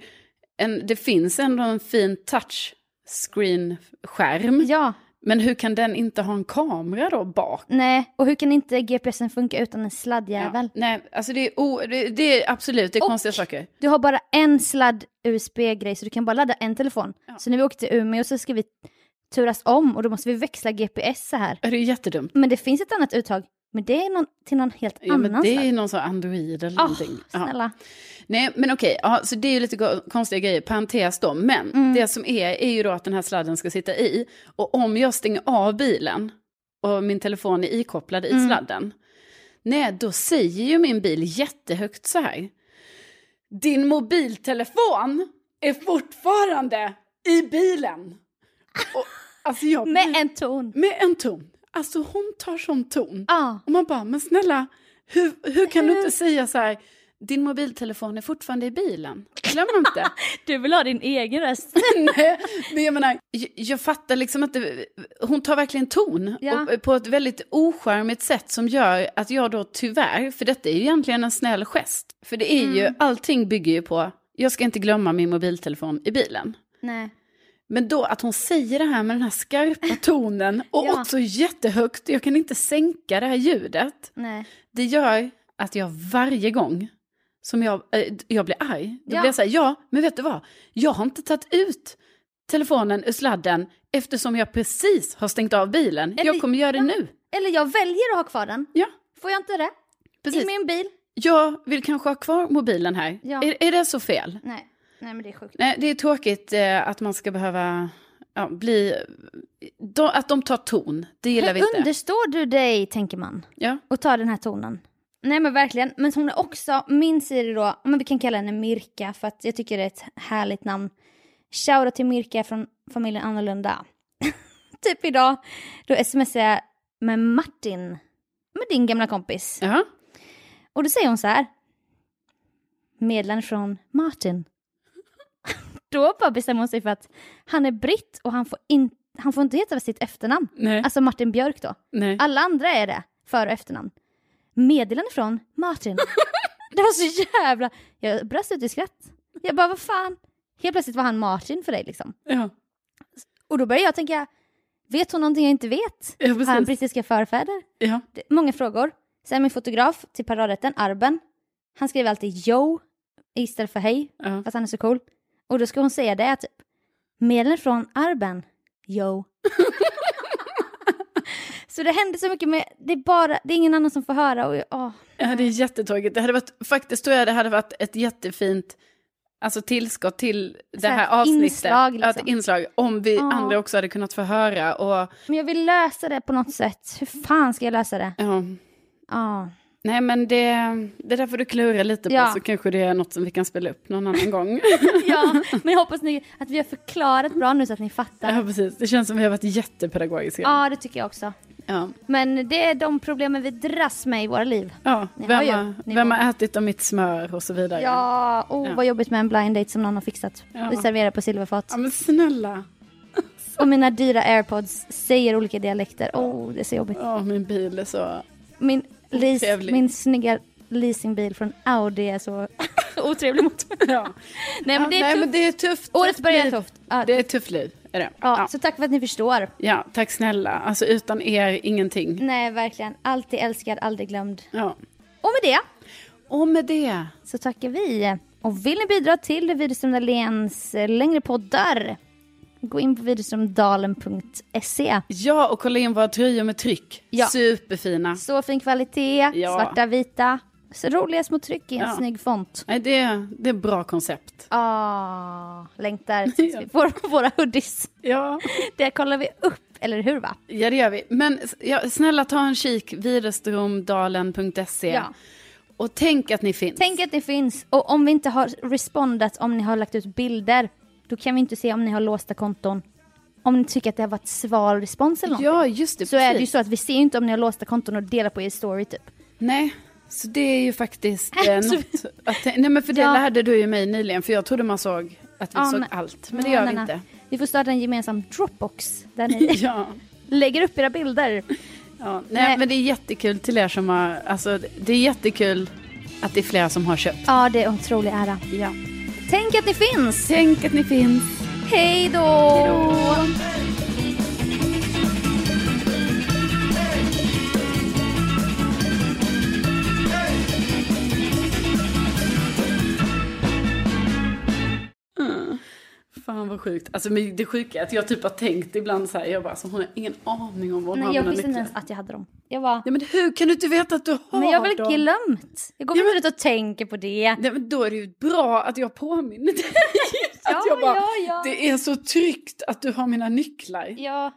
Speaker 2: En, det finns ändå en fin touchscreen-skärm,
Speaker 1: ja.
Speaker 2: men hur kan den inte ha en kamera då bak?
Speaker 1: Nej, och hur kan inte GPSen funka utan en sladdjävel?
Speaker 2: Nej, alltså det är, o, det, det är absolut, det är
Speaker 1: Och-
Speaker 2: konstiga saker.
Speaker 1: Du har bara en sladd USB-grej så du kan bara ladda en telefon. Så när vi åker till Umeå så ska vi turas om och då måste vi växla GPS så här.
Speaker 2: Ja, Det är jättedumt.
Speaker 1: Men det finns ett annat uttag, men det är någon, till någon helt
Speaker 2: Ja, men
Speaker 1: annan
Speaker 2: det
Speaker 1: sladd.
Speaker 2: är någon sån Android eller
Speaker 1: Ah,
Speaker 2: någonting. Ja.
Speaker 1: snälla.
Speaker 2: Nej, men okej, ja, så det är ju lite go- konstiga grejer, parentes då. Men
Speaker 1: Mm.
Speaker 2: det som är, är ju då att den här sladden ska sitta i. Och om jag stänger av bilen och min telefon är ikopplad i
Speaker 1: Mm.
Speaker 2: sladden, nej, då säger ju min bil jättehögt så här. Din mobiltelefon är fortfarande i bilen. Och, alltså jag,
Speaker 1: Med en ton.
Speaker 2: med en ton. Alltså hon tar sån ton.
Speaker 1: Ja.
Speaker 2: Och man bara, men snälla, hur, hur kan
Speaker 1: Eh.
Speaker 2: du inte säga så här, din mobiltelefon är fortfarande i bilen? Glöm inte.
Speaker 1: Du vill ha din egen röst.
Speaker 2: Nej, men jag menar, jag, jag fattar liksom att det, hon tar verkligen ton.
Speaker 1: Ja.
Speaker 2: Och, på ett väldigt oskärmigt sätt som gör att jag då tyvärr, för detta är ju egentligen en snäll gest. För det är
Speaker 1: Mm.
Speaker 2: ju, allting bygger ju på, jag ska inte glömma min mobiltelefon i bilen.
Speaker 1: Nej.
Speaker 2: Men då att hon säger det här med den här skarpa tonen och
Speaker 1: Ja.
Speaker 2: också jättehögt, jag kan inte sänka det här ljudet.
Speaker 1: Nej.
Speaker 2: Det gör att jag varje gång som jag, eh, jag blir arg, då
Speaker 1: Ja.
Speaker 2: blir jag så här, ja, men vet du vad, jag har inte tagit ut telefonen ur sladden eftersom jag precis har stängt av bilen.
Speaker 1: Eller-
Speaker 2: Jag kommer göra det nu.
Speaker 1: Eller jag väljer att ha kvar den.
Speaker 2: Ja,
Speaker 1: Får jag inte det?
Speaker 2: precis.
Speaker 1: I min bil?
Speaker 2: Jag vill kanske ha kvar mobilen här.
Speaker 1: Ja.
Speaker 2: Är, är det så fel?
Speaker 1: Nej. Nej men det är sjukt.
Speaker 2: Nej, det är tråkigt eh, att man ska behöva ja, bli... De, att de tar ton, det gillar vi
Speaker 1: Hur
Speaker 2: inte.
Speaker 1: understår du dig, tänker man,
Speaker 2: Ja.
Speaker 1: och tar den här tonen? Nej men verkligen, men hon är också, min sida då, men vi kan kalla henne Mirka för att jag tycker det är ett härligt namn. Shoutout till Mirka från familjen Annorlunda. typ idag, då smsade jag med Martin, med din gamla kompis.
Speaker 2: Jaha.
Speaker 1: Och då säger hon så här. Meddelande från Martin. då bara bestämmer hon sig för att han är britt och han får, in, han får inte heta sitt efternamn.
Speaker 2: Nej.
Speaker 1: Alltså Martin Björk då.
Speaker 2: Nej.
Speaker 1: Alla andra är det, för och efternamn. Meddelande från Martin. det var så jävla... Jag brast ut i skratt. Jag bara, vad fan? Helt plötsligt var han Martin för dig liksom.
Speaker 2: Ja.
Speaker 1: Och då började jag tänka, vet hon någonting jag inte vet?
Speaker 2: Ja,
Speaker 1: Har han
Speaker 2: precis.
Speaker 1: brittiska förfäder?
Speaker 2: Ja.
Speaker 1: Det- många frågor. Sen min fotograf till paradrätten, Arben, han skriver alltid yo istället för hej,
Speaker 2: Ja.
Speaker 1: för att han är så cool. Och då ska hon säga det, typ. Medlen från Arben, yo. så det händer så mycket med, det är bara, det är ingen annan som får höra och jag, åh.
Speaker 2: ja, det är jättetråkigt. Det hade varit, faktiskt tror jag det hade varit ett jättefint alltså, tillskott till det
Speaker 1: Så här
Speaker 2: här
Speaker 1: ett
Speaker 2: avsnittet.
Speaker 1: inslag,
Speaker 2: Ja, ett
Speaker 1: liksom.
Speaker 2: inslag. Om vi
Speaker 1: Ja.
Speaker 2: andra också hade kunnat få höra. Och,
Speaker 1: Men jag vill lösa det på något sätt. Hur fan ska jag lösa det?
Speaker 2: ja.
Speaker 1: Ja.
Speaker 2: Nej, men det, det där får du klura lite på,
Speaker 1: Ja.
Speaker 2: så kanske det är något som vi kan spela upp någon annan gång.
Speaker 1: ja, men jag hoppas ni, att vi har förklarat bra nu så att ni fattar.
Speaker 2: ja, precis. Det känns som vi har varit jättepedagogiska.
Speaker 1: Ja, det tycker jag också.
Speaker 2: Ja.
Speaker 1: Men det är de problemen vi dras med i våra liv.
Speaker 2: Ja,
Speaker 1: Ni
Speaker 2: vem,
Speaker 1: hör ju
Speaker 2: har,
Speaker 1: nivån.
Speaker 2: vem har ätit av mitt smör och så vidare.
Speaker 1: Ja, oh,
Speaker 2: Ja.
Speaker 1: vad jobbigt med en blind date som någon har fixat.
Speaker 2: Ja.
Speaker 1: Vi serverar på silverfat.
Speaker 2: Ja, men snälla.
Speaker 1: Och mina dyra airpods säger olika dialekter. Oh, det är så jobbigt.
Speaker 2: Ja, min bil är så...
Speaker 1: Min, leas,
Speaker 2: Otrevlig.
Speaker 1: min snygga leasingbil från Audi är så otrevlig mot mig.
Speaker 2: Ja.
Speaker 1: Nej, men det
Speaker 2: Ja,
Speaker 1: är
Speaker 2: nej,
Speaker 1: tufft.
Speaker 2: men det är tufft.
Speaker 1: Året
Speaker 2: tufft
Speaker 1: börjar
Speaker 2: liv.
Speaker 1: tufft. Ja.
Speaker 2: Det är ett tufft liv, är det.
Speaker 1: Ja,
Speaker 2: Ja.
Speaker 1: Så tack för att ni förstår.
Speaker 2: ja, tack snälla. Alltså utan er, ingenting.
Speaker 1: Nej, verkligen. Alltid älskad, aldrig glömd.
Speaker 2: Ja.
Speaker 1: Och med det
Speaker 2: Och med det.
Speaker 1: så tackar vi. Och vill ni bidra till Widerström Dahléns eh, längre poddar? Gå in på widerströmdalen.se.
Speaker 2: Ja, och kolla in våra tröjor med tryck.
Speaker 1: Ja.
Speaker 2: Superfina.
Speaker 1: Så fin kvalitet,
Speaker 2: Ja.
Speaker 1: svarta, vita. Så roliga små tryck i en
Speaker 2: Ja.
Speaker 1: snygg font.
Speaker 2: Nej, det, det är bra koncept.
Speaker 1: Ah, längtar tills vi får våra hoodies.
Speaker 2: Ja.
Speaker 1: Det kollar vi upp, eller hur va?
Speaker 2: ja, det gör vi. Men s- ja, snälla ta en kik, widerstromdalen.se.
Speaker 1: Ja.
Speaker 2: Och tänk att ni finns.
Speaker 1: Tänk att ni finns, och om vi inte har respondat, om ni har lagt ut bilder, då kan vi inte se om ni har låsta konton. Om ni tycker att det har varit sval respons eller något.
Speaker 2: Ja, just det.
Speaker 1: så är det ju
Speaker 2: precis.
Speaker 1: så att vi ser ju inte om ni har låsta konton och delar på er story typ.
Speaker 2: Nej, Så det är ju faktiskt eh, något att, Nej men för det
Speaker 1: Ja.
Speaker 2: lärde du ju mig nyligen, för jag trodde man såg att vi
Speaker 1: Ja,
Speaker 2: såg
Speaker 1: men-
Speaker 2: allt, men det gör vi
Speaker 1: Ja,
Speaker 2: inte.
Speaker 1: Vi får starta en gemensam Dropbox där ni
Speaker 2: Ja,
Speaker 1: lägger upp era bilder.
Speaker 2: ja. Nej,
Speaker 1: Nej.
Speaker 2: men det är jättekul till er som har, alltså det är jättekul att det är flera som har köpt.
Speaker 1: Ja, det är en otrolig ära.
Speaker 2: Ja.
Speaker 1: Tänk att ni finns!
Speaker 2: Tänk att ni finns.
Speaker 1: Hej då!
Speaker 2: Fan vad sjukt. Alltså men det sjuka är att jag typ har tänkt ibland så här, jag bara, så hon har ingen aning om vad hon
Speaker 1: Men
Speaker 2: har
Speaker 1: jag
Speaker 2: mina
Speaker 1: visste inte
Speaker 2: nycklar.
Speaker 1: ens att jag hade dem. Jag bara,
Speaker 2: Nej men hur kan du inte veta att du har
Speaker 1: men jag har väl
Speaker 2: dem?
Speaker 1: glömt? Jag går
Speaker 2: Ja,
Speaker 1: väl
Speaker 2: men-
Speaker 1: inte ut och tänker på det.
Speaker 2: Nej men då är det ju bra att jag påminner dig.
Speaker 1: Ja,
Speaker 2: att jag bara,
Speaker 1: ja, ja.
Speaker 2: det är så tryggt att du har mina nycklar.
Speaker 1: Ja.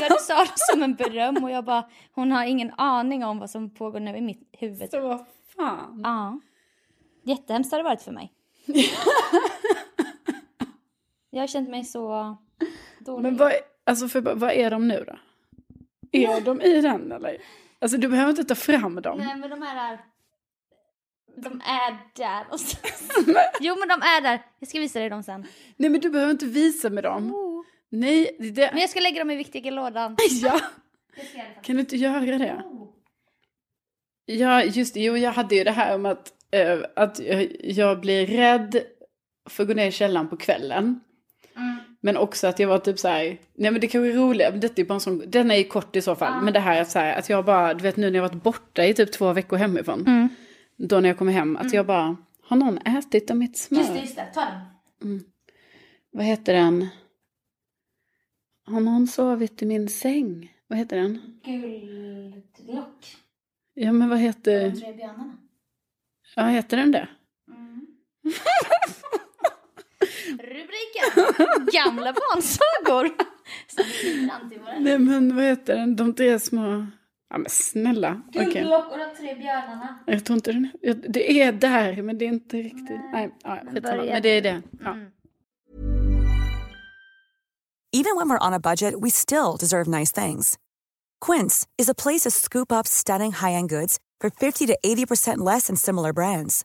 Speaker 1: Ja, du sa det som en beröm och jag bara, hon har ingen aning om vad som pågår nu i mitt huvud.
Speaker 2: Så vad fan.
Speaker 1: Ja. Jättehemskt har det varit för mig. jag har känt mig så dålig.
Speaker 2: Men vad, alltså för, vad är de nu då? Är de i den eller? Alltså du behöver inte ta fram dem.
Speaker 1: Nej men de här är... De är där och så... Jo men de är där. Jag ska visa dig dem sen.
Speaker 2: Nej, men du behöver inte visa med dem. Nej, det,
Speaker 1: Men jag ska lägga dem i viktiga lådan.
Speaker 2: ja.
Speaker 1: Det ska jag Oh. i alla fall.
Speaker 2: Kan du inte göra det? Ja, just det. Jo, jag hade ju det här om att, eh, att jag- jag blir rädd för att gå ner i källaren på kvällen.
Speaker 1: Mm.
Speaker 2: Men också att jag var typ så här, nej men det kanske är roligare, men detta är ju bara en sån, den är ju kort i så fall. Men det här att så här, att jag bara, du vet nu när jag varit borta i typ två veckor hemifrån.
Speaker 1: Mm.
Speaker 2: Då när jag kommer hem, att jag bara, har någon ätit av mitt smör?
Speaker 1: Just det, just det. Ta den.
Speaker 2: Vad heter den? Har någon sovit i min säng? Vad heter den?
Speaker 1: Guldlock.
Speaker 2: Ja, men vad heter...
Speaker 1: De tre björnarna.
Speaker 2: Ja, heter den det?
Speaker 1: Rubriken. Gamla barnsagor. Som vi knyter an till varandra.
Speaker 2: Nej, men vad heter den? De tre små... Ja, men snälla. Okej.
Speaker 1: Guldlock och de tre björnarna.
Speaker 2: Jag tror inte den... ja, Det är där, men det är inte riktigt... Nej, ja, skitsamma.
Speaker 1: börja-
Speaker 2: Men det är det. Ja.
Speaker 1: Mm.
Speaker 3: Even when we're on a budget, we still deserve nice things. Quince is a place to scoop up stunning high-end goods for 50 to 80% less than similar brands.